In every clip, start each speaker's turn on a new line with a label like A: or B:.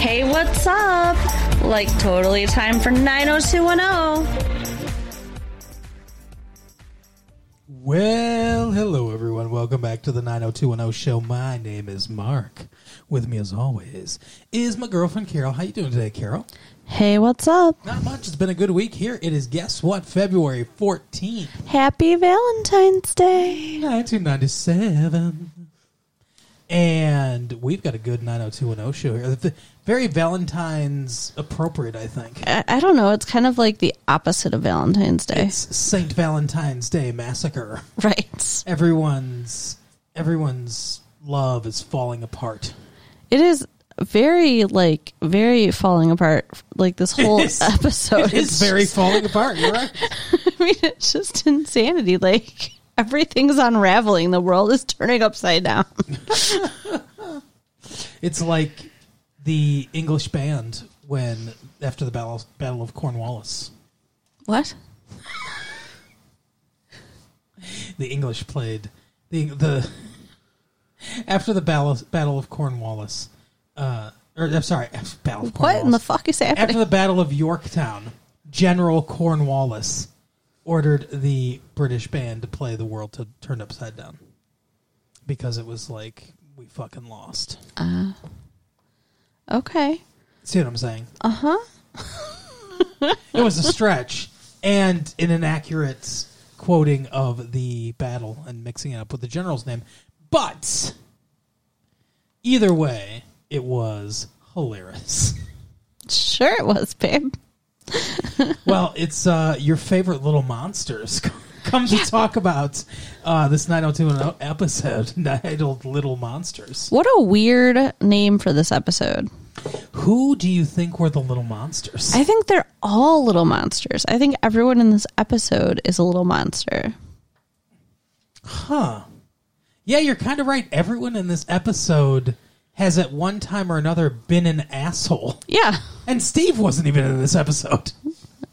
A: Hey, what's up? Like, totally time for 90210.
B: Well, hello everyone. Welcome back to the 90210 show. My name is Mark. With me as always is my girlfriend Carol. How you doing today, Carol?
A: Hey, what's up?
B: Not much. It's been a good week here. It is guess what? February 14th,
A: Happy Valentine's Day.
B: 1997. And we've got a good 90210 show here. The- Very Valentine's appropriate, I think.
A: I, I don't know. It's kind of like the opposite of Valentine's Day.
B: It's St. Valentine's Day massacre.
A: right.
B: Everyone's everyone's love is falling apart.
A: It is very, like, very falling apart. Like, this whole
B: is.
A: episode
B: It's
A: is
B: very falling apart. You're right.
A: I mean, it's just insanity. Like everything's unraveling. The world is turning upside down.
B: It's like the English band when after the battle Battle of Cornwallis,
A: What?
B: the English played the the after the battle Battle of Cornwallis, uh, or I'm sorry, after Battle of Cornwallis.
A: What in the fuck is
B: after
A: happening?
B: the Battle of Yorktown, General Cornwallis ordered the British band to play "The World to Turned Upside Down" because it was like we fucking lost.
A: okay.
B: See what I'm saying? Uh huh. it was a stretch and an inaccurate quoting of the battle and mixing it up with the general's name. But either way, it was hilarious.
A: Sure it was, babe.
B: well, it's uh, your favorite little monsters. Come to talk about uh, this 90210 episode titled Little Monsters.
A: What a weird name for this episode.
B: Who do you think were the little monsters?
A: I think they're all little monsters. I think everyone in this episode is a little monster.
B: Huh. Yeah, you're kind of right. Everyone in this episode has at one time or another been an asshole.
A: Yeah.
B: And Steve wasn't even in this episode.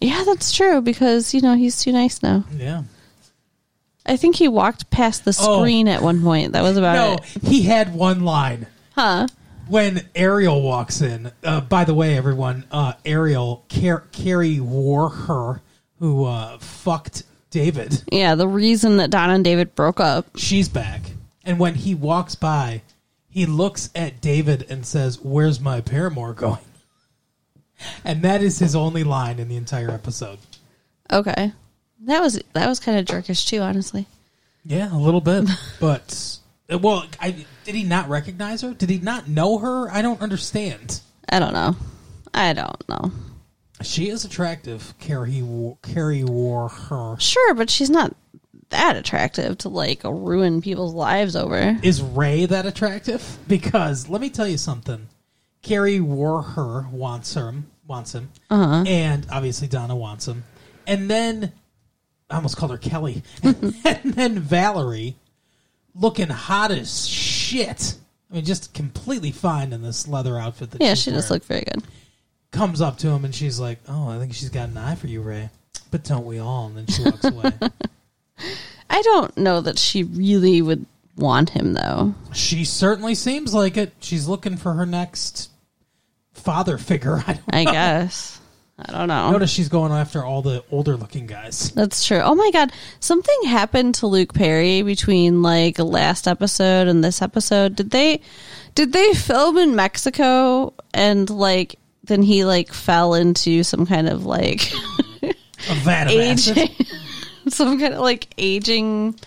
A: Yeah, that's true because, you know, he's too nice now.
B: Yeah.
A: I think he walked past the
B: Oh.
A: screen at one point. That was about
B: No,
A: it.
B: he had one line.
A: Huh.
B: When Ariel walks in, uh, by the way, everyone, uh, Ariel, Car- Carrie Warher, who uh, fucked David,
A: Yeah, the reason that Don and David broke up.
B: she's back. And when he walks by, he looks at David and says, Where's my paramour going? And that is his only line in the entire episode.
A: Okay. That was that was kind of jerkish too, honestly.
B: Yeah, a little bit. but uh, well, I, did he not recognize her? Did he not know her? I don't understand.
A: I don't know. I don't know.
B: She is attractive. Carrie Wa- Carrie wore her
A: Sure, but she's not that attractive to like ruin people's lives over.
B: is Ray that attractive? Because let me tell you something. Carrie wore her wants him wants him, um,
A: Uh-huh.
B: and obviously Donna wants him, and then I almost called her Kelly, and then Valerie, looking hot as shit. I mean, just completely fine in this leather outfit. That
A: Yeah,
B: she's
A: she does
B: wearing.
A: look very good.
B: comes up to him and she's like, "Oh, I think she's got an eye for you, Ray." But don't we all? And then she walks away.
A: I don't know that she really would want him though.
B: she certainly seems like it. She's looking for her next father figure. I don't
A: I guess. I don't know.
B: notice she's going after all the older looking guys.
A: That's true. Oh my god, something happened to Luke Perry between like last episode and this episode. Did they did they film in Mexico and like then he like fell into some kind of like
B: A vat of acid.
A: aging some kind of like aging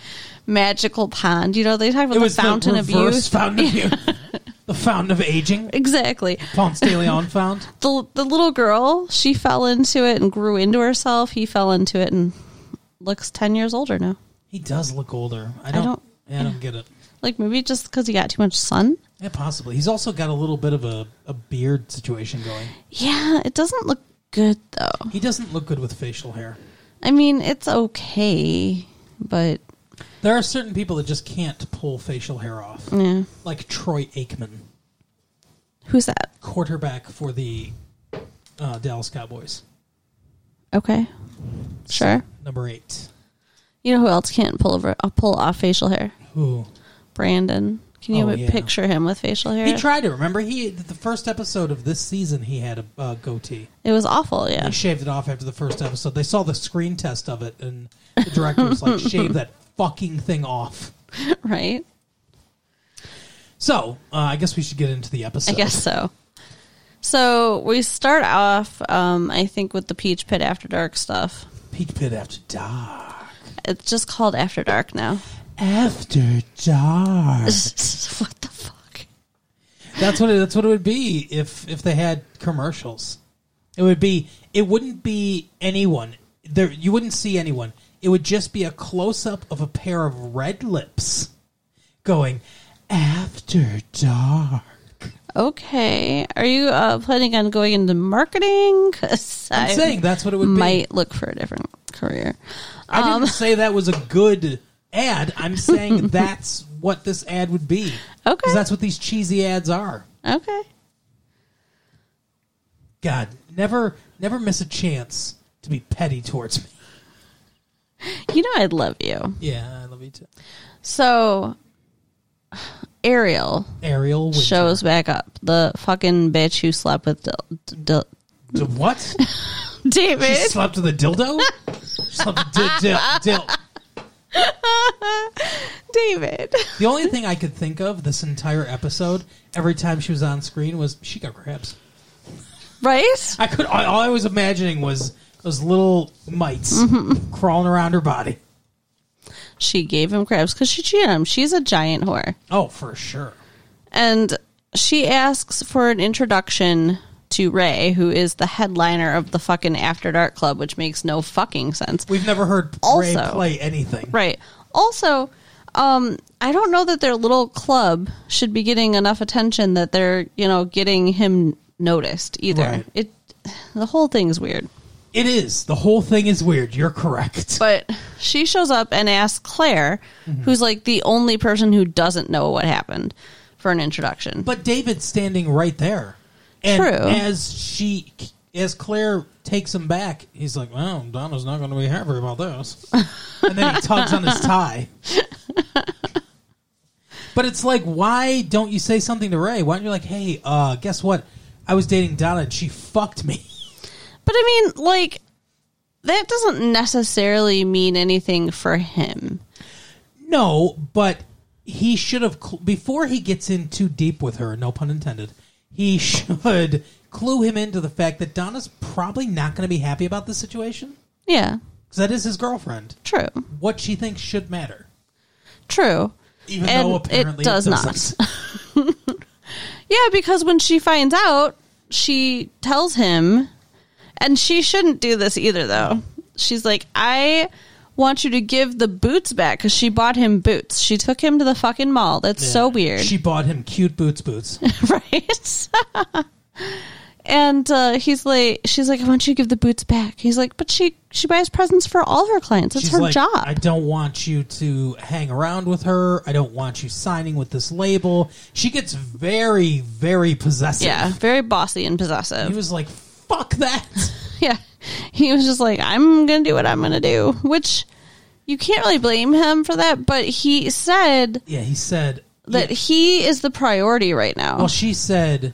A: magical pond. You know, they talk about
B: It
A: the
B: was
A: fountain
B: the
A: of
B: reverse
A: youth.
B: fountain of youth. the fountain of aging.
A: Exactly.
B: Ponce de Leon found.
A: The the little girl, she fell into it and grew into herself. He fell into it and looks 10 years older now.
B: He does look older. I don't. I don't,
A: don't-
B: get it.
A: Like maybe just cuz he got too much sun?
B: Yeah, possibly. He's also got a little bit of a, a beard situation going.
A: Yeah, it doesn't look good though.
B: He doesn't look good with facial hair.
A: I mean, it's okay, but
B: There are certain people that just can't pull facial hair off.
A: yeah.
B: Like Troy Aikman,
A: Who's that?
B: quarterback for the uh, Dallas Cowboys,
A: Okay. Sure.
B: number eight.
A: You know who else can't pull over uh, pull off facial hair?
B: Who?
A: Brandon Can you
B: Oh, yeah.
A: picture him with facial hair?
B: He tried to remember he the first episode of this season he had a uh, goatee.
A: it was awful. Yeah.
B: He shaved it off after the first episode. They saw the screen test of it, and the director was like, "Shave that fucking thing off."
A: right.
B: So uh, I guess we should get into the episode.
A: I guess so. So we start off, um, I think, with the Peach Pit After Dark stuff.
B: Peach Pit After Dark.
A: It's just called After Dark now.
B: After Dark.
A: what the fuck?
B: That's what it, that's what it would be if if they had commercials. It would be it wouldn't be anyone there. You wouldn't see anyone. It would just be a close up of a pair of red lips going after dark.
A: Okay. Are you uh, planning on going into marketing? 'Cause
B: I'm
A: I
B: saying that's what it would be.
A: might um, look for a different career.
B: I didn't say that was a good ad. I'm saying that's what this ad would be.
A: Okay.
B: Because that's what these cheesy ads are.
A: Okay.
B: God, never never miss a chance to be petty towards me.
A: You know I love you.
B: Yeah, I love you too.
A: So Ariel
B: Ariel Winter.
A: shows back up. The fucking bitch who slept with Dil- Dil-
B: The what? She
A: David.
B: slept with a dildo? slept with dil- dil- dil-
A: David.
B: The only thing I could think of this entire episode, every time she was on screen, was she got crabs.
A: Right?
B: I could. I- All I was imagining was those little mites
A: Mm-hmm.
B: crawling around her body.
A: She gave him crabs because she cheated on him. She's a giant whore.
B: Oh, for sure.
A: And she asks for an introduction to Ray, who is the headliner of the fucking After Dark Club, which makes no fucking sense.
B: We've never heard Ray
A: Also-
B: play anything.
A: Right. Also, um, I don't know that their little club should be getting enough attention that they're, you know, getting him noticed either.
B: Right.
A: It the whole thing's weird.
B: It is. The whole thing is weird. You're correct.
A: But she shows up and asks Claire, who's like the only person who doesn't know what happened, for an introduction.
B: But David's standing right there. And
A: True.
B: As she, as Claire takes him back, he's like, "Well, Donna's not going to be happy about this." and then he tugs on his tie. but it's like, why don't you say something to Ray? Why don't you like, "Hey, uh, guess what? I was dating Donna and she fucked me."
A: But I mean, like, that doesn't necessarily mean anything for him.
B: No, but he should have cl- before he gets in too deep with her. No pun intended. He should clue him into the fact that Donna's probably not going to be happy about this situation
A: Yeah,
B: because that is his girlfriend.
A: true,
B: What she thinks should matter,
A: true.
B: even
A: And
B: though
A: it
B: apparently
A: does not.
B: not.
A: Yeah, because when she finds out, she tells him, and she shouldn't do this either, though. She's like, I want you to give the boots back because she bought him boots. She took him to the fucking mall. That's so weird.
B: She bought him cute boots, boots.
A: right? and uh, he's like, she's like, I want you to give the boots back. He's like, but she she buys presents for all her clients. It's
B: She's
A: her
B: like,
A: job.
B: I don't want you to hang around with her. I don't want you signing with this label. She gets very, very possessive.
A: yeah, very bossy and
B: He
A: possessive.
B: was like, "Fuck that."
A: yeah, he was just like, I'm gonna do what I'm gonna do, which you can't really blame him for that. But he said
B: Yeah, he said
A: that he is the priority right now.
B: Well, she said,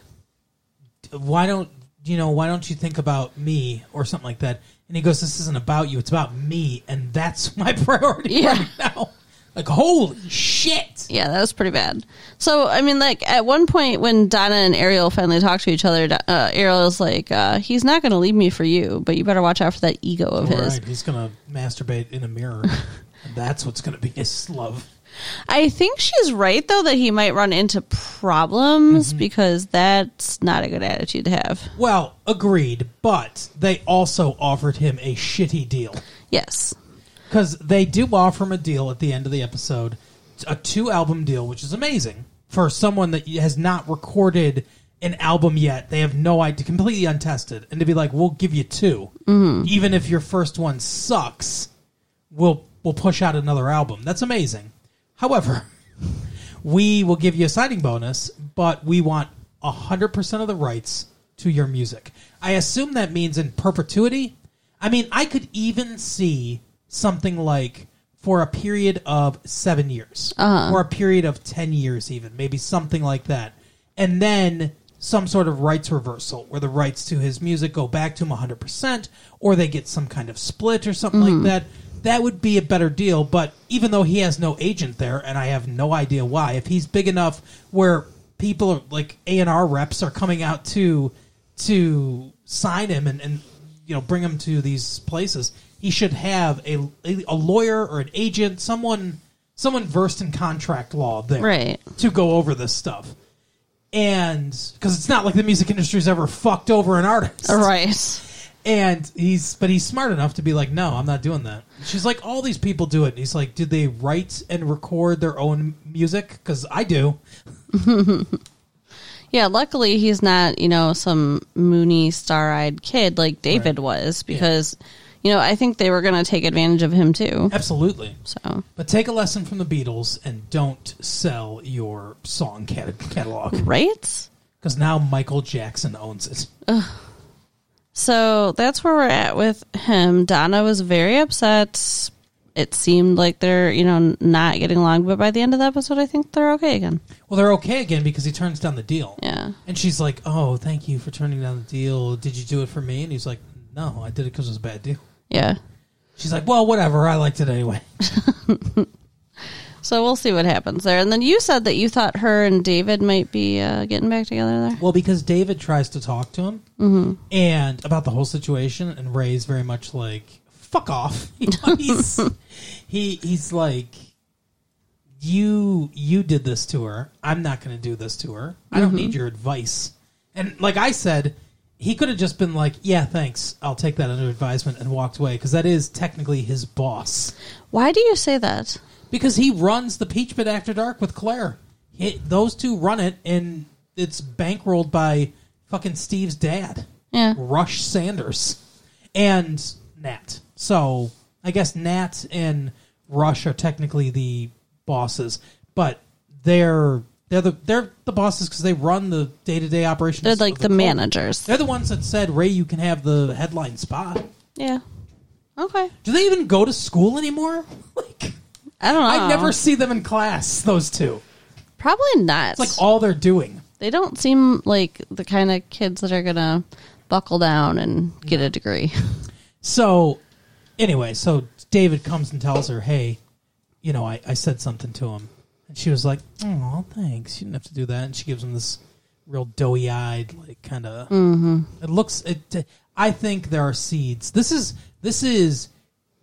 B: "Why don't you know? Why don't you think about me or something like that?" And he goes, "This isn't about you. It's about me, and that's my priority
A: Yeah.
B: right now." Like, holy shit!
A: Yeah, that was pretty bad. So, I mean, like at one point when Donna and Ariel finally talk to each other, uh, Ariel's like, uh, "He's not going to leave me for you, but you better watch out for that ego of
B: All
A: his."
B: right, he's gonna masturbate in a mirror. and that's what's gonna be his love.
A: I think she's right though that he might run into problems because that's not a good attitude to have.
B: Well, agreed, but they also offered him a shitty deal
A: Yes,
B: because they do offer him a deal at the end of the episode, a two-album deal, which is amazing for someone that has not recorded an album yet. They have no idea, completely untested, and to be like, "We'll give you 2 even if your first one sucks, we'll we'll push out another album." That's amazing. However, we will give you a signing bonus, but we want hundred percent of the rights to your music. I assume that means in perpetuity. I mean, I could even see something like for a period of seven years, or a period of ten years, even maybe something like that, and then some sort of rights reversal where the rights to his music go back to him 100%, or they get some kind of split or something like that. That would be a better deal, but even though he has no agent there, and I have no idea why, if he's big enough where people are, like A and R reps are coming out to to sign him and, and you know bring him to these places he should have a, a lawyer or an agent someone someone versed in contract law there
A: Right.
B: to go over this stuff and because it's not like the music industry's ever fucked over an artist
A: Right.
B: and he's but he's smart enough to be like no i'm not doing that she's like all these people do it and he's like did they write and record their own music because i do
A: Yeah, luckily he's not, you know, some moony, star eyed kid like David was because, you know, I think they were going to take advantage of him too.
B: absolutely
A: So,
B: But take a lesson from the Beatles and don't sell your song cat- catalog
A: right?
B: because now Michael Jackson owns it.
A: So that's where we're at with him. Donna was very upset. It seemed like they're, you know, not getting along, but by the end of the episode, I think they're okay again.
B: Well, they're okay again because he turns down the deal.
A: Yeah.
B: And she's like, "Oh, thank you for turning down the deal. Did you do it for me?" And he's like, "No, I did it because it was a bad deal."
A: Yeah.
B: She's like, "Well, whatever. I liked it anyway."
A: So we'll see what happens there. And then you said that you thought her and David might be uh, getting back together there.
B: Well, because David tries to talk to him and about the whole situation, and Ray's very much like "fuck off." You know, he's he he's like, "You you did this to her. I'm not going to do this to her. I don't need your advice." And like I said, he could have just been like, "Yeah, thanks. I'll take that under advisement," and walked away because that is technically his boss
A: Why do you say that?
B: because he runs the Peach Pit After Dark with Claire. He, those two run it, and it's bankrolled by fucking Steve's dad,
A: Yeah.
B: Rush Sanders, and Nat. So I guess Nat and Rush are technically the bosses, but they're they're the they're the bosses because they run the day to day operations.
A: They're
B: of
A: like the
B: club.
A: managers.
B: They're the ones that said Ray, you can have the headline spot.
A: Yeah. Okay.
B: Do they even go to school anymore? Like
A: I don't know.
B: I never see them in class. Those two.
A: Probably not.
B: It's like all they're doing.
A: they don't seem like the kind of kids that are gonna buckle down and get a degree.
B: So, anyway, so David comes and tells her, hey, you know, I, I said something to him. And she was like, oh, thanks. You didn't have to do that. And she gives him this real doughy eyed, like, kind of.
A: Mm-hmm.
B: It looks. It, I think there are seeds. This is this is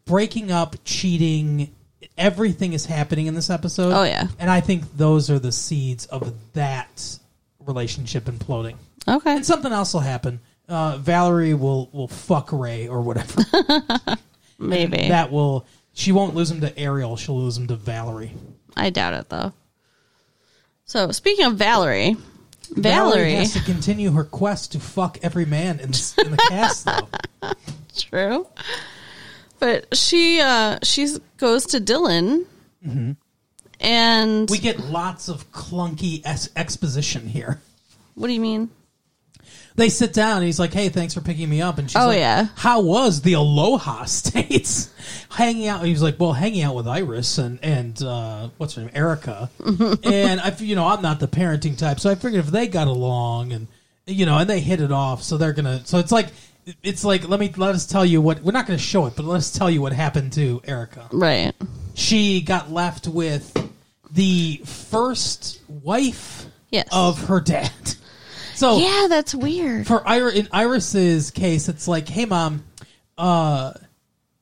B: breaking up, cheating. Everything is happening in this episode.
A: Oh, yeah.
B: and I think those are the seeds of that relationship imploding.
A: Okay.
B: and something else will happen. Uh, Valerie will will fuck Ray or whatever.
A: Maybe.
B: that will she won't lose him to Ariel. She'll lose him to Valerie.
A: I doubt it though. So speaking of Valerie, Valerie,
B: has to continue her quest to fuck every man in the, in the cast. Though
A: true. But she uh she goes to Dylan, and
B: Mm-hmm. we get lots of clunky es- exposition here.
A: what do you mean?
B: They sit down and he's like, "Hey, thanks for picking me up." And she's
A: Oh,
B: like,
A: yeah.
B: how was the Aloha States? hanging out." He was like, "Well, hanging out with Iris and and uh, what's her name, Erica." and I, f- you know, I'm not the parenting type, so I figured if they got along and you know, and they hit it off, so they're gonna. So it's like, it's like let me let us tell you what we're not gonna show it, but let us tell you what happened to Erica
A: Right.
B: she got left with the first wife
A: Yes.
B: of her dad. So
A: Yeah, that's weird.
B: for Ira in Iris's case, it's like, hey mom, uh,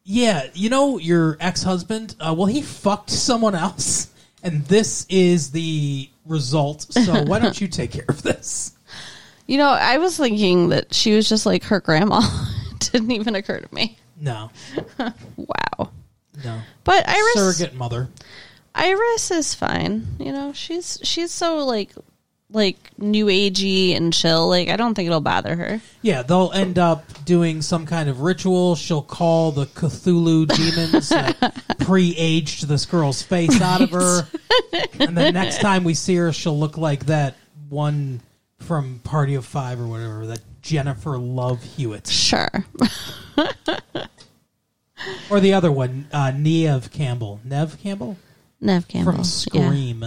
B: yeah, you know your ex husband. Uh, well, he fucked someone else, and this is the result. So why don't you take care of this?
A: You know, I was thinking that she was just like her grandma. it didn't even occur to me.
B: No,
A: Wow.
B: no,
A: But Iris
B: surrogate mother.
A: Iris is fine. You know, she's she's so like like new agey and chill. Like I don't think it'll bother her.
B: Yeah, they'll end up doing some kind of ritual. She'll call the Cthulhu demons that pre-aged this girl's face out of her. And the next time we see her, she'll look like that one from Party of Five or whatever, that Jennifer Love Hewitt.
A: Sure.
B: Or the other one, uh, Neve Campbell. Nev Campbell?
A: Nev Campbell.
B: From
A: Yeah.
B: Scream.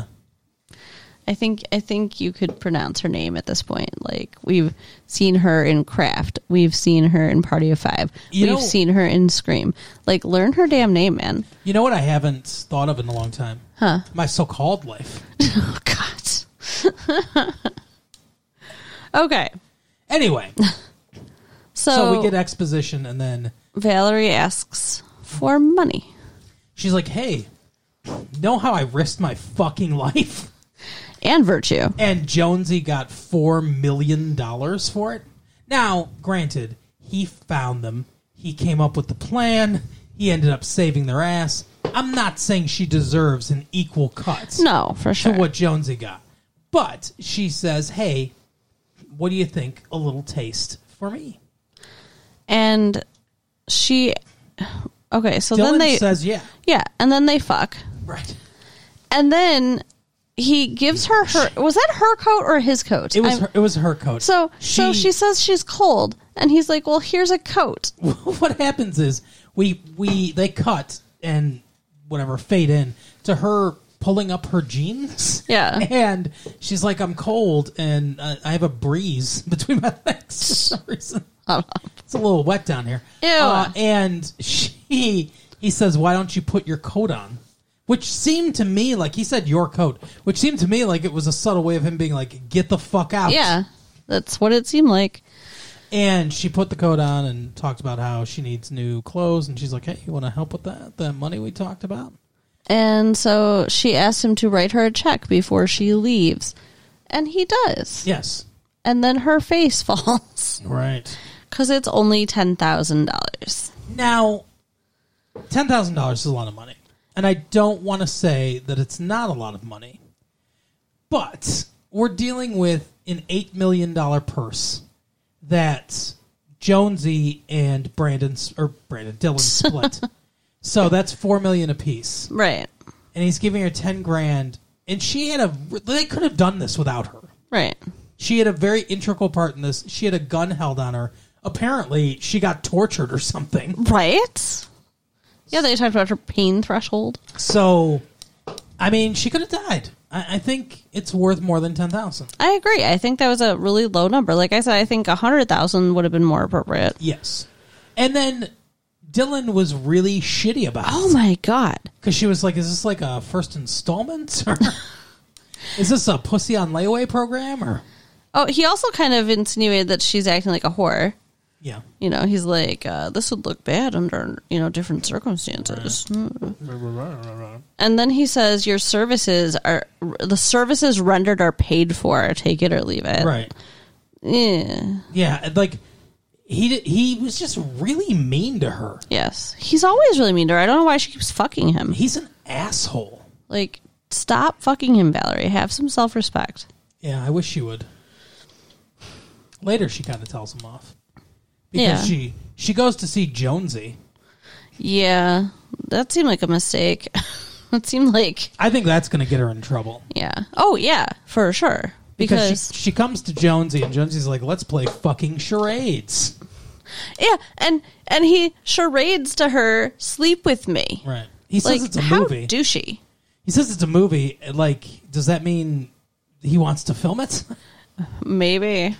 A: I think I think you could pronounce her name at this point. Like we've seen her in Craft, we've seen her in Party of Five,
B: You
A: we've
B: know-
A: seen her in Scream. Like learn her damn name, man.
B: You know what I haven't thought of in a long time? Huh. My so called life.
A: Oh God. okay,
B: Anyway,
A: so,
B: so we get exposition and then
A: Valerie asks for money.
B: she's like, hey, know how I risked my fucking life?
A: and virtue.
B: And Jonesy got $4 million for it? Now, granted, he found them. He came up with the plan. He ended up saving their ass. I'm not saying she deserves an equal cut.
A: No, for
B: to
A: sure.
B: what Jonesy got. But she says, "Hey, what do you think? A little taste for me."
A: And she Okay, so
B: Dylan
A: then they
B: says, "Yeah,
A: Yeah, and then they fuck.
B: right."
A: And then he gives her her was that her coat or his coat?
B: It was
A: I'm-
B: her, it was her coat.
A: So so she says she's cold and he's like, "Well, here's a coat."
B: what happens is we we they cut and whatever fade in to her pulling up her jeans.
A: Yeah.
B: and she's like, "I'm cold and uh, I have a breeze between my legs for some reason." It's a little wet down here.
A: Ew.
B: Uh, and she, he says, "Why don't you put your coat on?" Which seemed to me like he said your coat, which seemed to me like it was a subtle way of him being like, "Get the fuck out."
A: Yeah. That's what it seemed like.
B: And she put the coat on and talked about how she needs new clothes, and she's like, "Hey, you want to help with that? The money we talked about."
A: And so she asks him to write her a check before she leaves. And he does.
B: Yes.
A: And then her face falls
B: Right.
A: cuz it's only $10,000.
B: Now, ten thousand dollars is a lot of money, and I don't want to say that it's not a lot of money, but we're dealing with an eight million dollar purse that Jonesy and Brandon s- or Brandon Dillon split. so that's four million apiece,
A: Right.
B: and he's giving her ten grand, and she had a. They could have done this without her.
A: Right.
B: She had a very integral part in this. She had a gun held on her. Apparently, she got tortured or something.
A: Right? Yeah, they talked about her pain threshold.
B: So, I mean, she could have died. I, I think it's worth more than ten thousand.
A: I agree. I think that was a really low number. Like I said, I think a hundred thousand would have been more appropriate.
B: Yes, and then Dylan was really shitty about
A: Oh my god.
B: because she was like, "Is this like a first installment? Or is this a pussy on layaway program?" Or
A: Oh, he also kind of insinuated that she's acting like a whore.
B: yeah,
A: You know, he's like, uh, this would look bad under you know different circumstances. Hmm. And then he says, your services are the services rendered are paid for. Take it or leave it.
B: right,
A: Yeah.
B: yeah, and, like. He, did, he was just really mean to her.
A: Yes. He's always really mean to her. I don't know why she keeps fucking him.
B: He's an asshole.
A: Like, stop fucking him, Valerie. Have some self respect.
B: Yeah, I wish she would. Later, she kind of tells him off
A: Yeah.
B: because she she goes to see Jonesy.
A: Yeah, that seemed like a mistake. it seemed like,
B: I think that's going to get her in trouble
A: yeah. Oh, yeah, for sure. Because,
B: she, she comes to Jonesy and Jonesy's like, "Let's play fucking charades."
A: yeah, and and he charades to her, sleep with me.
B: Right? He says
A: Like,
B: it's a
A: how
B: movie.
A: douchey.
B: he says it's a movie. and, Like, does that mean he wants to film it?
A: Maybe.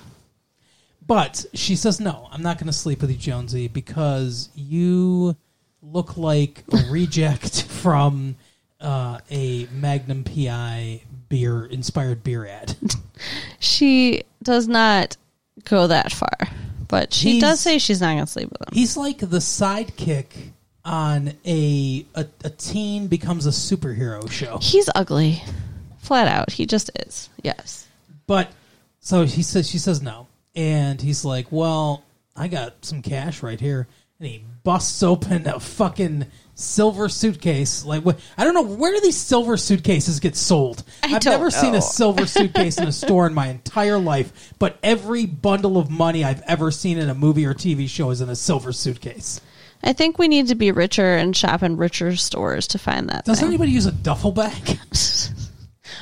B: but she says, "No, I'm not going to sleep with you, Jonesy, because you look like a reject from uh, a Magnum PI beer inspired beer ad."
A: She does not go that far, but she
B: He's-
A: does say she's not going to sleep with him.
B: He's like the sidekick on a, a a teen becomes a superhero show.
A: He's ugly, flat out. He just is. Yes.
B: But so he says she says no. And he's like, Well, I got some cash right here and he busts open a fucking silver suitcase. Like wh- I don't know where do these silver suitcases get sold?
A: I
B: have
A: don't
B: never seen
A: know.
B: a silver suitcase in a store in my entire life, but every bundle of money I've ever seen in a movie or TV show is in a silver suitcase.
A: I think we need to be richer and shop in richer stores to find that.
B: Does
A: thing.
B: anybody use a duffel bag?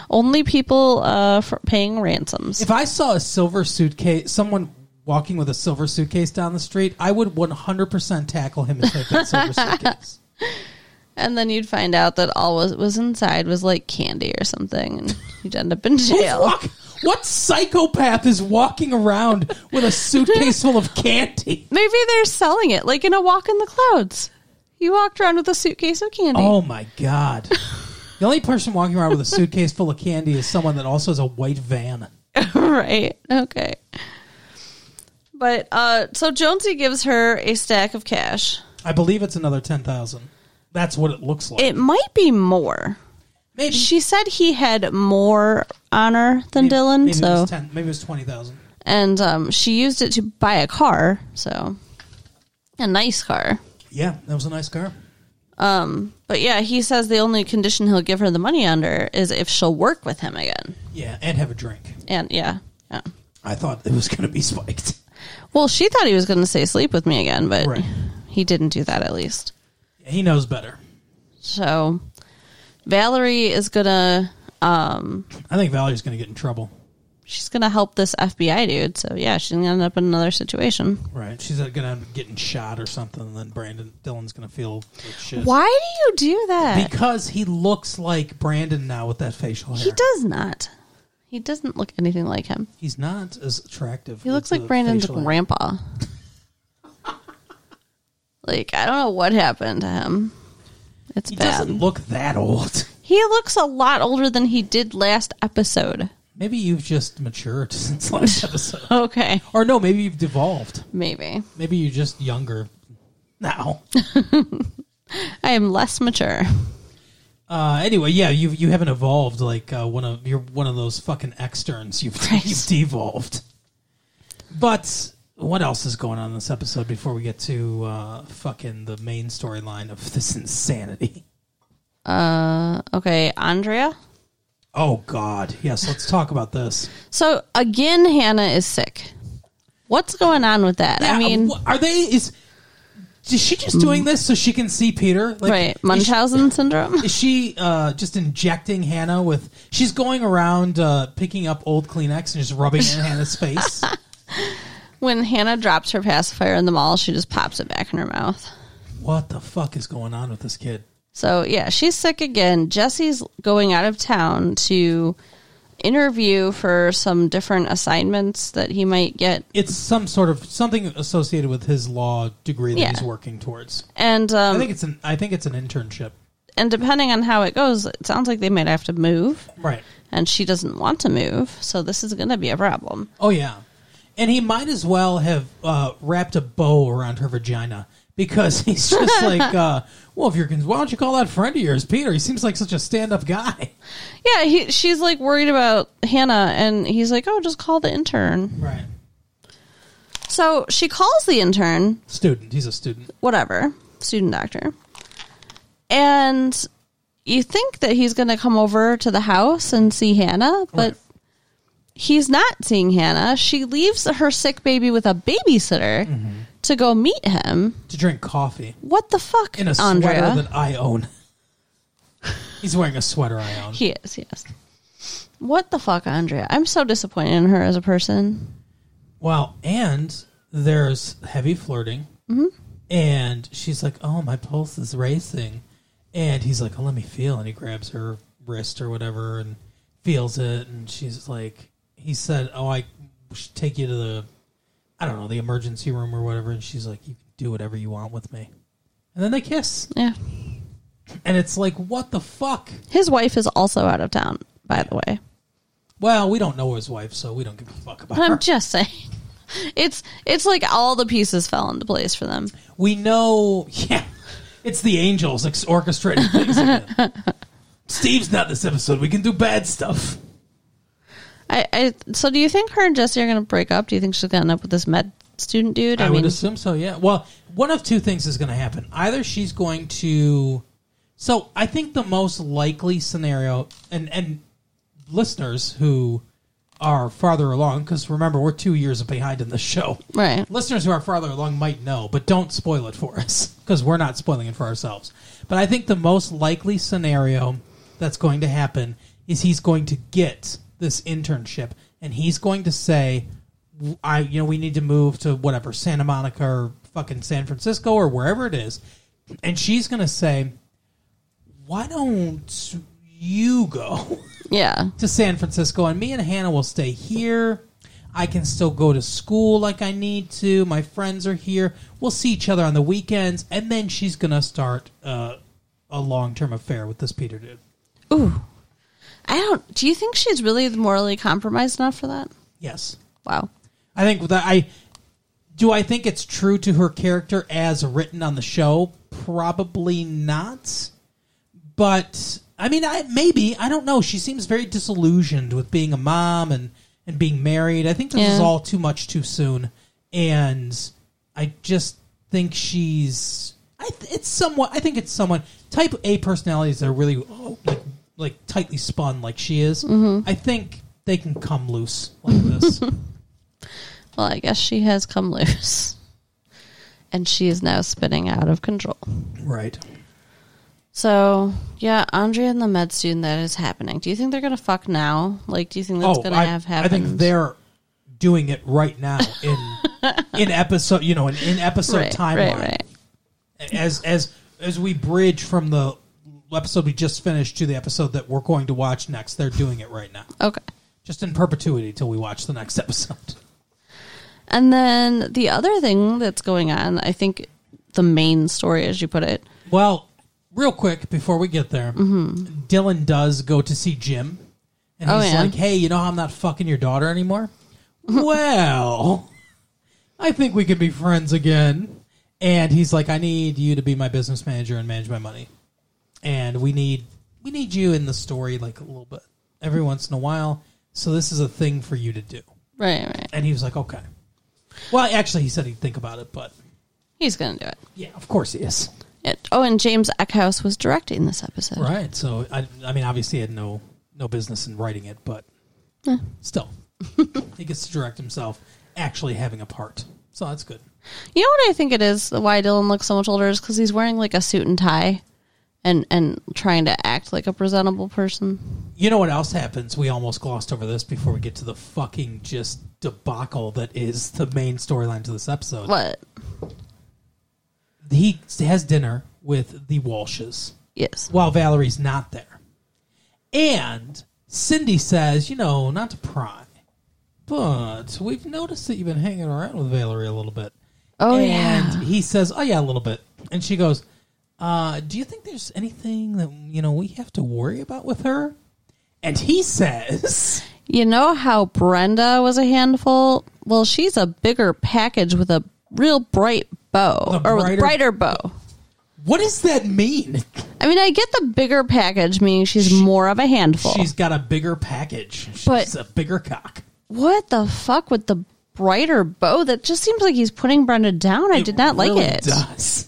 A: Only people uh, for paying ransoms.
B: If I saw a silver suitcase, someone walking with a silver suitcase down the street, I would 100% tackle him and take that silver suitcase.
A: And then you'd find out that all was, was inside was like candy or something, and you'd end up in jail.
B: Fuck. What psychopath is walking around with a suitcase full of candy?
A: Maybe they're selling it, like in a walk in the clouds. You walked around with a suitcase of candy.
B: Oh my god. The only person walking around with a suitcase full of candy is someone that also has a white van.
A: right. Okay. But uh so Jonesy gives her a stack of cash.
B: I believe it's another 10,000. That's what it looks like.
A: It might be more.
B: maybe
A: She said he had more honor than
B: maybe-
A: Dylan,
B: maybe it
A: so
B: was 10, maybe it was 20,000.
A: and um she used it to buy a car, so a nice car.
B: Yeah, that was a nice car.
A: But yeah, he says the only condition he'll give her the money under is if she'll work with him again.
B: Yeah, and have a drink.
A: And yeah. Yeah.
B: I thought it was going to be spiked.
A: Well, she thought he was going to say sleep with me again, but
B: Right.
A: he didn't do that at least.
B: He knows better.
A: So Valerie is gonna
B: I think Valerie's going to get in trouble.
A: she's gonna help this FBI dude. So yeah, she's gonna end up in another situation.
B: Right. She's going to end up getting shot or something, and then Brandon Dylan's going to feel like shit.
A: Why do you do that?
B: Because he looks like Brandon now with that facial hair.
A: he does not. He doesn't look anything like him.
B: He's not as attractive.
A: He
B: with
A: looks
B: the
A: like Brandon's
B: facial hair.
A: grandpa. like I don't know what happened to him. It's
B: He
A: bad.
B: doesn't look that old.
A: he looks a lot older than he did last episode.
B: Maybe you've just matured since last episode.
A: Okay,
B: Or no, maybe you've devolved.
A: maybe
B: Maybe you're just younger now.
A: I am less mature.
B: Uh, anyway, yeah, you you haven't evolved like uh, one of you're one of those fucking externs. You've,
A: Right.
B: you've devolved. But what else is going on in this episode before we get to uh, fucking the main storyline of this insanity?
A: Okay, Andrea.
B: Oh God, yes. Let's talk about this.
A: So again, Hannah is sick. What's going on with that? I
B: Yeah,
A: mean,
B: Uh, wh- are they is? Is she just doing this so she can see Peter? Like,
A: right?
B: is she-
A: Munchausen syndrome.
B: is she uh, just injecting Hannah with? She's going around uh, picking up old Kleenex and just rubbing it in Hannah's face.
A: When Hannah drops her pacifier in the mall, she just pops it back in her mouth.
B: What the fuck is going on with this kid?
A: So yeah, she's sick again. Jesse's going out of town to interview for some different assignments that he might get,
B: It's some sort of something associated with his law degree that
A: Yeah.
B: he's working towards.
A: and
B: I
A: um,
B: think it's an I think it's an internship.
A: and depending on how it goes, it sounds like they might have to move,
B: Right.
A: and she doesn't want to move, so this is going to be a problem.
B: Oh yeah. And he might as well have uh, wrapped a bow around her vagina because he's just like, uh, well, if you're cons- why don't you call that friend of yours, Peter? He seems like such a stand-up guy.
A: Yeah, he, she's like worried about Hannah, and he's like, "Oh, just call the intern."
B: Right.
A: So she calls the intern,
B: Student. He's a student.
A: whatever, student doctor, and you think that he's going to come over to the house and see Hannah, but
B: Right.
A: he's not seeing Hannah. She leaves her sick baby with a babysitter
B: Mm-hmm.
A: to go meet him.
B: To drink coffee
A: What the fuck,
B: in a
A: Andrea?
B: sweater that I own. he's wearing a sweater I own.
A: he is, yes. What the fuck, Andrea? I'm so disappointed in her as a person.
B: Well, and there's heavy flirting, and she's like, "Oh, my pulse is racing," and he's like, "Oh, let me feel," and he grabs her wrist or whatever and feels it, and she's like, "He said, oh, I should take you to the, I don't know, the emergency room or whatever," and she's like, "You can do whatever you want with me," and then they kiss,
A: Yeah.
B: and it's like, "What the fuck?"
A: His wife is also out of town, by the way.
B: Well, we don't know his wife, so we don't give a fuck about
A: But
B: her.
A: I'm just saying. It's it's like all the pieces fell into place for them.
B: We know, yeah, it's the angels ex- orchestrating things again. Steve's not this episode. We can do bad stuff.
A: I, I so do you think her and Jesse are gonna break up? Do you think she's gonna end up with this med student dude?
B: I,
A: I,
B: would
A: mean
B: assume so. Yeah. Well, one of two things is going to happen. Either she's going to. So I think the most likely scenario, and and listeners who are farther along, because remember we're two years behind in the show.
A: Right.
B: listeners who are farther along might know, but don't spoil it for us because we're not spoiling it for ourselves. But I think the most likely scenario that's going to happen is he's going to get this internship and he's going to say, I you know we need to move to whatever Santa Monica or fucking San Francisco or wherever it is, and she's gonna say, "Why don't you go
A: Yeah.
B: to San Francisco and me and Hannah will stay here? I can still go to school like I need to. My friends are here. We'll see each other on the weekends." And then she's gonna start uh, a long term affair with this Peter dude.
A: Ooh. I don't. Do you think she's really morally compromised enough for that?
B: Yes.
A: Wow.
B: I think that I do. I think it's true to her character as written on the show. Probably not, but I mean, I maybe I don't know. She seems very disillusioned with being a mom and and being married. I think this is
A: Yeah.
B: all too much too soon, and I just think she's. I th- it's somewhat. I think it's someone type A personalities that are really oh, like like tightly spun like she is. I think they can come loose like this.
A: Well, I guess she has come loose. And she is now spinning out of control.
B: right.
A: So, yeah, Andrea and the med student, that is happening. Do you think they're going to fuck now? Like, do you think that's going to
B: Oh, I,
A: have
B: I
A: happened?
B: think they're doing it right now in in episode, you know, in, in episode
A: right,
B: timeline.
A: Right, right.
B: As as as we bridge from the episode we just finished to the episode that we're going to watch next, they're doing it right now,
A: Okay.
B: just in perpetuity till we watch the next episode.
A: And then the other thing that's going on, I think the main story, as you put it,
B: Well, real quick before we get there, Dylan does go to see Jim, and
A: Mm-hmm. Oh,
B: he's
A: yeah.
B: like, "Hey, you know how I'm not fucking your daughter anymore? well, I think we could be friends again." And he's like, "I need you to be my business manager and manage my money, and we need we need you in the story like a little bit every once in a while. So this is a thing for you to do."
A: right, right.
B: And he was like, "Okay." Well, actually, he said he'd think about it, but
A: He's going to do it.
B: yeah, of course he is.
A: Yeah. Oh, and James Eckhouse was directing this episode.
B: Right. So I, I mean, obviously, he had no no business in writing it, but still, he gets to direct himself, actually having a part. So that's good.
A: You know what I think it is? Why Dylan looks so much older is because he's wearing like a suit and tie, and and trying to act like a presentable person.
B: You know what else happens? We almost glossed over this before we get to the fucking just debacle that is the main storyline to this episode.
A: What?
B: He has dinner with the Walshes.
A: Yes.
B: while Valerie's not there. And Cindy says, you know, not to pry, but we've noticed that you've been hanging around with Valerie a little bit.
A: Oh,
B: and
A: yeah.
B: he says, oh, yeah, a little bit. And she goes, uh, do you think there's anything that, you know, we have to worry about with her? And he says,
A: You know how Brenda was a handful? Well, she's a bigger package with a real bright bow,
B: With a
A: or with
B: brighter-
A: brighter bow.
B: what does that mean?
A: I mean, I get the bigger package meaning she's more of a handful.
B: She's got a bigger package. She's
A: But-
B: a bigger cock.
A: what the fuck with the brighter bow? That just seems like he's putting Brenda down. I did not
B: really
A: like it.
B: Does.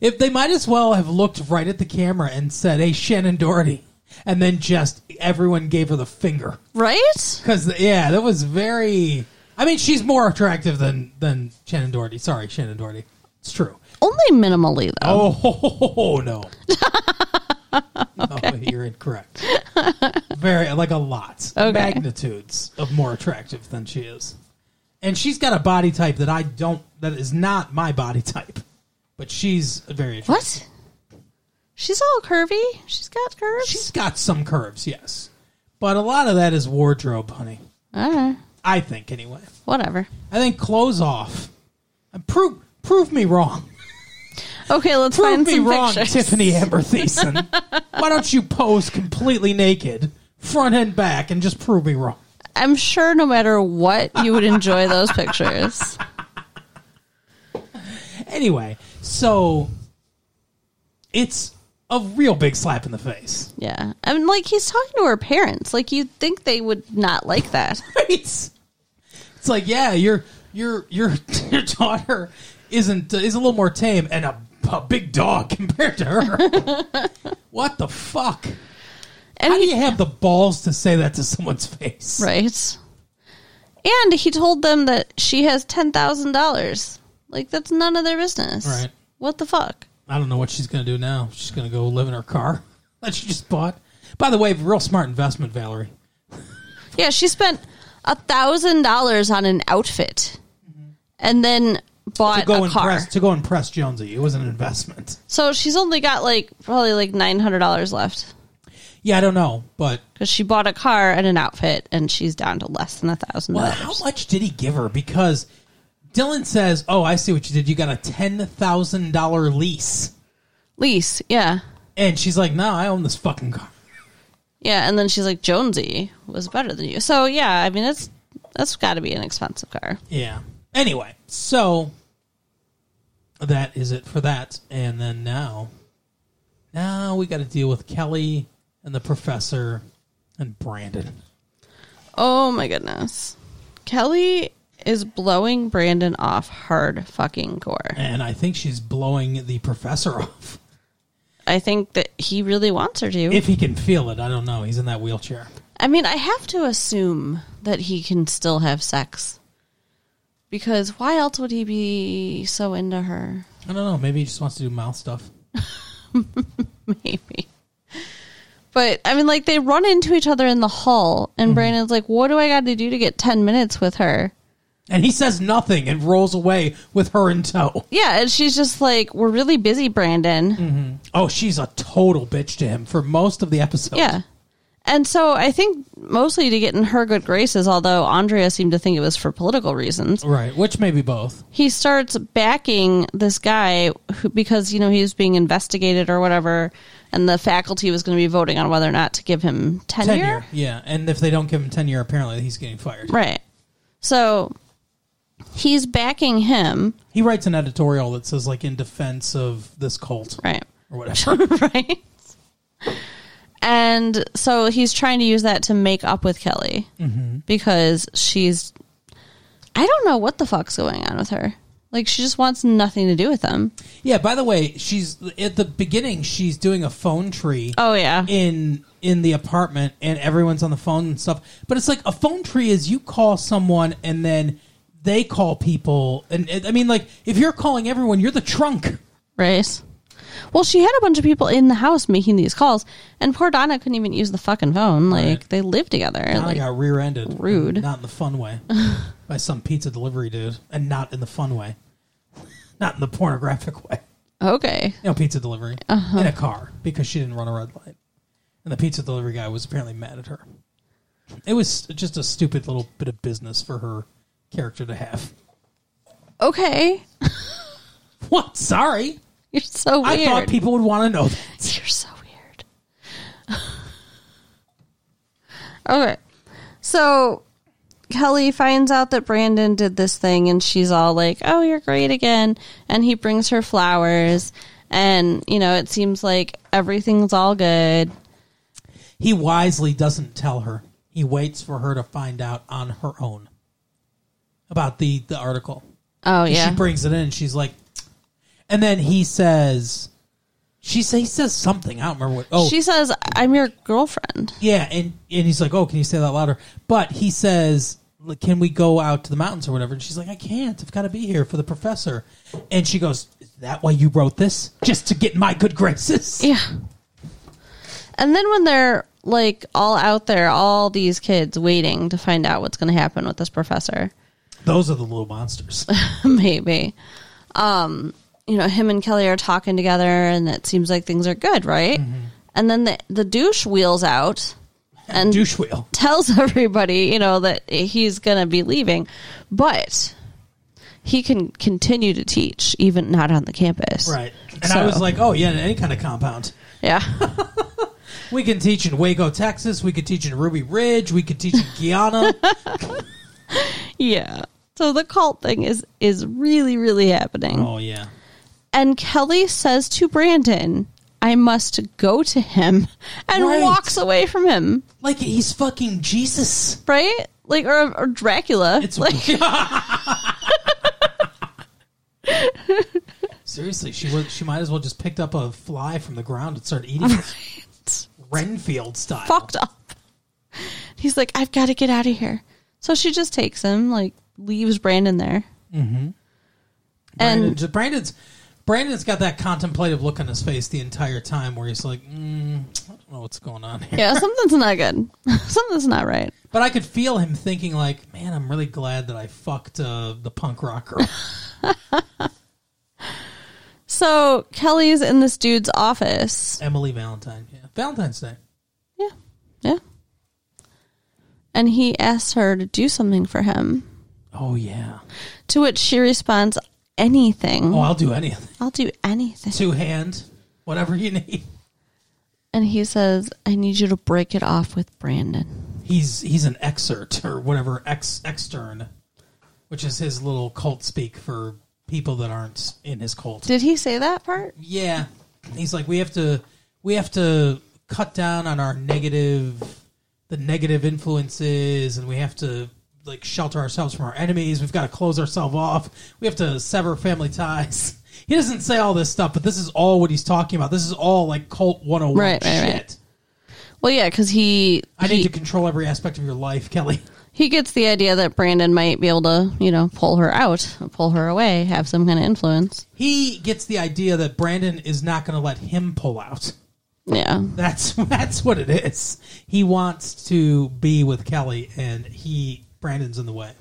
B: If they might as well have looked right at the camera and said, "Hey, Shannon Doherty," and then just everyone gave her the finger
A: Right?
B: because yeah, that was very. I mean, she's more attractive than than Shannon Doherty. Sorry, Shannon Doherty. It's true.
A: Only minimally though.
B: Oh, no. No, you're incorrect. Very like a lot
A: Okay.
B: magnitudes of more attractive than she is, and she's got a body type that I don't. That is not my body type, but she's very attractive.
A: What? She's all curvy. She's got curves.
B: She's got some curves, yes, but a lot of that is wardrobe, honey.
A: all right.
B: I think anyway.
A: Whatever.
B: I think clothes off. And prove prove me wrong.
A: Okay, let's
B: Prove
A: find
B: me
A: some
B: wrong,
A: pictures.
B: Tiffany Amber Thiessen. Why don't you pose completely naked, front and back, and just prove me wrong?
A: I'm sure no matter what, you would enjoy those pictures.
B: Anyway, so it's a real big slap in the face.
A: Yeah. I mean, like, he's talking to her parents. Like, you'd think they would not like that.
B: It's, it's like, yeah, your your your your daughter isn't uh, is a little more tame and a, a big dog compared to her. what the fuck?
A: And
B: How do
A: he,
B: you have the balls to say that to someone's face?
A: right. And he told them that she has $10,000. Like, that's none of their business.
B: Right.
A: What the fuck?
B: I don't know what she's going to do now. She's going to go live in her car that she just bought. By the way, real smart investment, Valerie.
A: Yeah, she spent a thousand dollars on an outfit, and then
B: Mm-hmm. to
A: bought
B: go
A: a
B: and
A: car.
B: press to go and press Jonesy. It was an investment.
A: So she's only got like probably like nine hundred dollars left
B: Yeah, I don't know, but
A: because she bought a car and an outfit, and she's down to less than a thousand
B: Well, how
A: dollars.
B: much did he give her? Because Dylan says, "Oh, I see what you did. You got a ten thousand dollar lease,"
A: Lease, yeah,
B: and she's like, "No, I own this fucking car."
A: yeah. And then she's like, Jonesy was better than you. So yeah, I mean that's that's got to be an expensive car.
B: Yeah. Anyway, so that is it for that, and then now, now we got to deal with Kelly and the professor and Brandon.
A: Oh my goodness, Kelly is blowing Brandon off hard fucking core.
B: And I think she's blowing the professor off.
A: I think that he really wants her to.
B: If he can feel it, I don't know. He's in that wheelchair.
A: I mean, I have to assume that he can still have sex. Because why else would he be so into her?
B: I don't know. Maybe he just wants to do mouth stuff.
A: Maybe. But I mean, like, they run into each other in the hall, and Brandon's like, what do I got to do to get 10 minutes with her?
B: And he says nothing and rolls away with her in tow.
A: Yeah, and she's just like, we're really busy, Brandon.
B: Oh, she's a total bitch to him for most of the episode.
A: Yeah. And so I think mostly to get in her good graces, although Andrea seemed to think it was for political reasons.
B: Right, which may be both.
A: he starts backing this guy who, because you know he was being investigated or whatever, and the faculty was going to be voting on whether or not to give him tenure.
B: Tenure. Yeah. And if they don't give him tenure, apparently he's getting fired.
A: Right. So he's backing him.
B: He writes an editorial that says, like, in defense of this cult
A: Right.
B: or whatever.
A: right. And so he's trying to use that to make up with Kelly
B: Mm-hmm.
A: because she's. I don't know what the fuck's going on with her. Like she just wants nothing to do with them.
B: yeah, by the way, she's at the beginning, she's doing a phone tree.
A: Oh yeah.
B: in in the apartment and everyone's on the phone and stuff. But it's like a phone tree is you call someone and then they call people. And and- I mean, like if you're calling everyone, you're the trunk.
A: race. Well, she had a bunch of people in the house making these calls, and poor Donna couldn't even use the fucking phone. Like
B: Right.
A: they live together.
B: And I
A: like,
B: got rear-ended,
A: rude.
B: not in the fun way, by some pizza delivery dude, and not in the fun way, not in the pornographic way.
A: okay,
B: You know, pizza delivery
A: Uh-huh.
B: in a car because she didn't run a red light, and the pizza delivery guy was apparently mad at her. It was just a stupid little bit of business for her character to have.
A: okay,
B: What? Sorry.
A: you're so weird.
B: I thought people would want to know.
A: You're so weird. okay. So Kelly finds out that Brandon did this thing and she's all like, "Oh, you're great again." And he brings her flowers and, you know, it seems like everything's all good.
B: He wisely doesn't tell her. He waits for her to find out on her own about the the article.
A: Oh
B: And
A: yeah.
B: She brings it in and she's like and then he says she say, he says something. I don't remember what. Oh,
A: She says, "I'm your girlfriend."
B: yeah, and and he's like, "Oh, can you say that louder?" But he says, like, "Can we go out to the mountains or whatever?" And she's like, "I can't. I've got to be here for the professor." And she goes, "Is that why you wrote this? Just to get my good graces?"
A: Yeah. And then when they're like all out there, all these kids waiting to find out what's going to happen with this professor,
B: Those are the little monsters.
A: maybe, um, you know, him and Kelly are talking together, and it seems like things are good, right?
B: Mm-hmm.
A: And then the the douche wheels out and
B: Douche wheel.
A: tells everybody, you know, that he's going to be leaving, but he can continue to teach even not on the campus,
B: Right. And I was
A: So-
B: like, oh, yeah, in any kind of compound.
A: Yeah.
B: We can teach in Waco, Texas. We could teach in Ruby Ridge. We could teach in Guyana.
A: Yeah. So the cult thing is is really really happening.
B: oh, yeah.
A: And Kelly says to Brandon, "I must go to him." And
B: Right.
A: walks away from him,
B: Like, he's fucking Jesus.
A: right? Like or, or Dracula.
B: It's
A: like
B: Seriously, she was, she might as well just picked up a fly from the ground and started eating it. Renfield style.
A: fucked up. He's like, "I've got to get out of here." So she just takes him, like leaves Brandon there. Mm-hmm.
B: Brandon,
A: And
B: just- Brandon's Brandon's got that contemplative look on his face the entire time, where he's like, mm, "I don't know what's going on here,"
A: Yeah, something's not good. something's not right.
B: but I could feel him thinking, "Like, man, I'm really glad that I fucked uh, the punk rocker."
A: So Kelly's in this dude's office.
B: Emily Valentine. Yeah. Valentine's Day.
A: Yeah. Yeah. And he asks her to do something for him,
B: Oh yeah.
A: to which she responds, anything.
B: Oh, I'll do anything.
A: I'll do anything.
B: Two hand, whatever you need.
A: And he says, I need you to break it off with Brandon.
B: He's he's an exert or whatever ex extern, which is his little cult speak for people that aren't in his cult.
A: Did he say that part?
B: Yeah, he's like we have to we have to cut down on our negative the negative influences, and we have to like shelter ourselves from our enemies. We've got to close ourselves off. We have to sever family ties. He doesn't say all this stuff, but this is all what he's talking about. This is all like cult 101
A: Right, right,
B: shit.
A: right. Well, yeah, because he
B: I
A: he,
B: need to control every aspect of your life, Kelly.
A: he gets the idea that Brandon might be able to, you know, pull her out, pull her away, have some kind of influence.
B: He gets the idea that Brandon is not going to let him pull out.
A: Yeah.
B: That's that's what it is. He wants to be with Kelly, and he Brandon's in the way.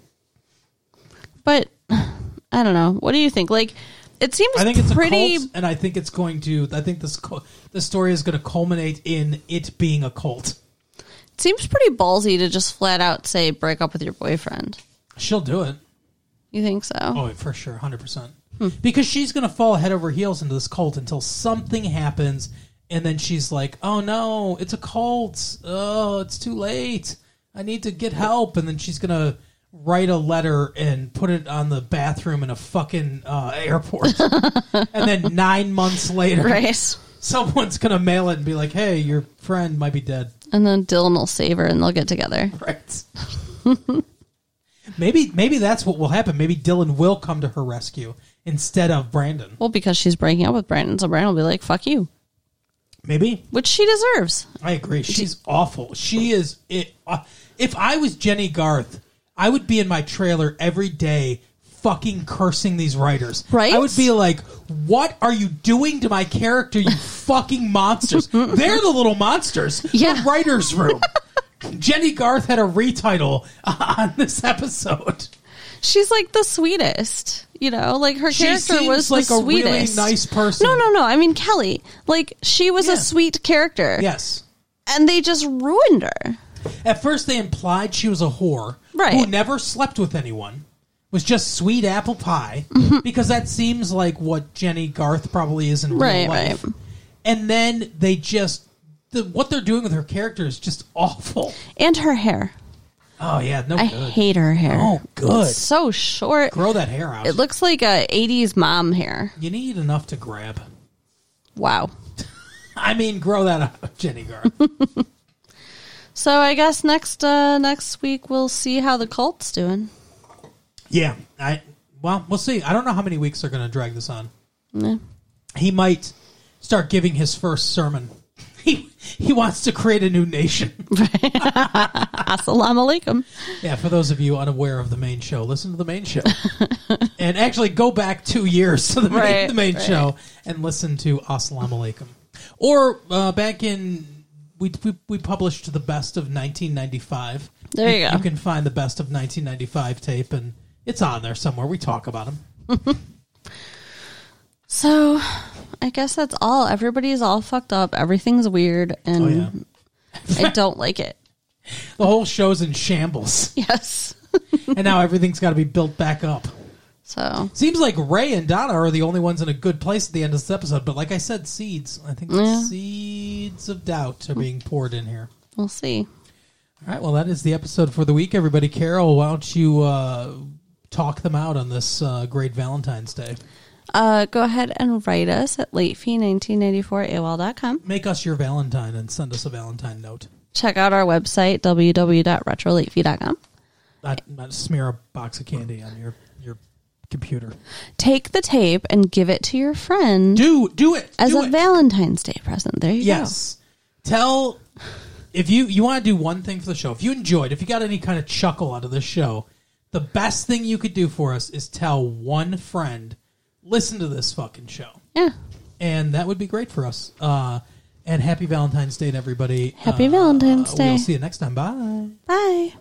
A: But I don't know. What do you think? Like, it seems
B: I think it's
A: pretty.
B: a cult, and I think it's going to. I think this co- this story is going to culminate in it being a cult.
A: it seems pretty ballsy to just flat out say break up with your boyfriend.
B: She'll do it.
A: You think so?
B: Oh, for sure, hundred percent. Because she's gonna fall head over heels into this cult until something happens, and then she's like, "Oh no, it's a cult. Oh, it's too late. I need to get help." And then she's gonna write a letter and put it on the bathroom in a fucking uh, airport, and then nine months later,
A: Right.
B: someone's gonna mail it and be like, "Hey, your friend might be dead."
A: And then Dylan will save her and they'll get together.
B: Right. maybe maybe that's what will happen. Maybe Dylan will come to her rescue instead of Brandon.
A: Well, because she's breaking up with Brandon, so Brandon will be like, fuck you,
B: Maybe
A: which she deserves.
B: I agree. She's awful. She is. It, uh, if I was Jenny Garth, I would be in my trailer every day, fucking cursing these writers.
A: Right?
B: I would be like, "What are you doing to my character? You fucking monsters! They're the little monsters.
A: Yeah.
B: The writers' room." Jenny Garth had a retitle on this episode.
A: She's like the sweetest, you know, like her
B: She
A: character
B: seems
A: was
B: like
A: the
B: a really
A: sweetest.
B: nice person.
A: No, no, no. I mean Kelly. Like she was
B: Yeah.
A: a sweet character.
B: Yes.
A: And they just ruined her.
B: At first, they implied she was a whore
A: Right.
B: who never slept with anyone, was just sweet apple pie,
A: Mm-hmm.
B: because that seems like what Jenny Garth probably is in real
A: Right,
B: life.
A: right.
B: And then they just the, what they're doing with her character is just awful.
A: And her hair.
B: Oh yeah, no
A: I
B: good.
A: hate her hair.
B: Oh, good.
A: It's so short.
B: Grow that hair out.
A: It looks like a 80s mom hair.
B: you need enough to grab.
A: Wow.
B: I mean, grow that out, Jenny Garth.
A: So I guess next uh next week we'll see how the cult's doing.
B: yeah, I. Well, we'll see. I don't know how many weeks they're going to drag this on.
A: Yeah.
B: He might start giving his first sermon. He he wants to create a new nation.
A: Assalamu alaikum.
B: Yeah, for those of you unaware of the main show, listen to the main show. and actually go back two years to the main,
A: Right,
B: the main
A: right.
B: show and listen to Assalamu Alaikum. Or uh, back in, we, we, we published the best of 1995.
A: There you go.
B: You can find the best of 1995 tape, and it's on there somewhere. We talk about them.
A: So I guess that's all. Everybody's all fucked up. Everything's weird and
B: Oh, yeah.
A: I don't like it.
B: The whole show's in shambles,
A: Yes.
B: and now everything's got to be built back up.
A: So
B: Seems like Ray and Donna are the only ones in a good place at the end of this episode, but like I said, seeds. I think the
A: Yeah.
B: seeds of doubt are being poured in here.
A: we'll see.
B: All right, well, that is the episode for the week, everybody. Carol, why don't you uh, talk them out on this uh, great Valentine's Day?
A: Uh, go ahead and write us at latefee1994 AOL.com.
B: Make us your Valentine and send us a Valentine note.
A: Check out our website, www.retrolatefee.com.
B: Not, not smear a box of candy on your, your computer.
A: Take the tape and give it to your friend
B: Do do it.
A: as
B: do
A: a
B: it.
A: Valentine's Day present. There you
B: Yes. Tell if you you want to do one thing for the show. If you enjoyed, if you got any kind of chuckle out of this show, the best thing you could do for us is tell one friend. listen to this fucking show.
A: Yeah.
B: And that would be great for us. Uh, and happy Valentine's Day to everybody.
A: Happy
B: Uh,
A: Valentine's Day.
B: We'll see you next time. Bye.
A: Bye.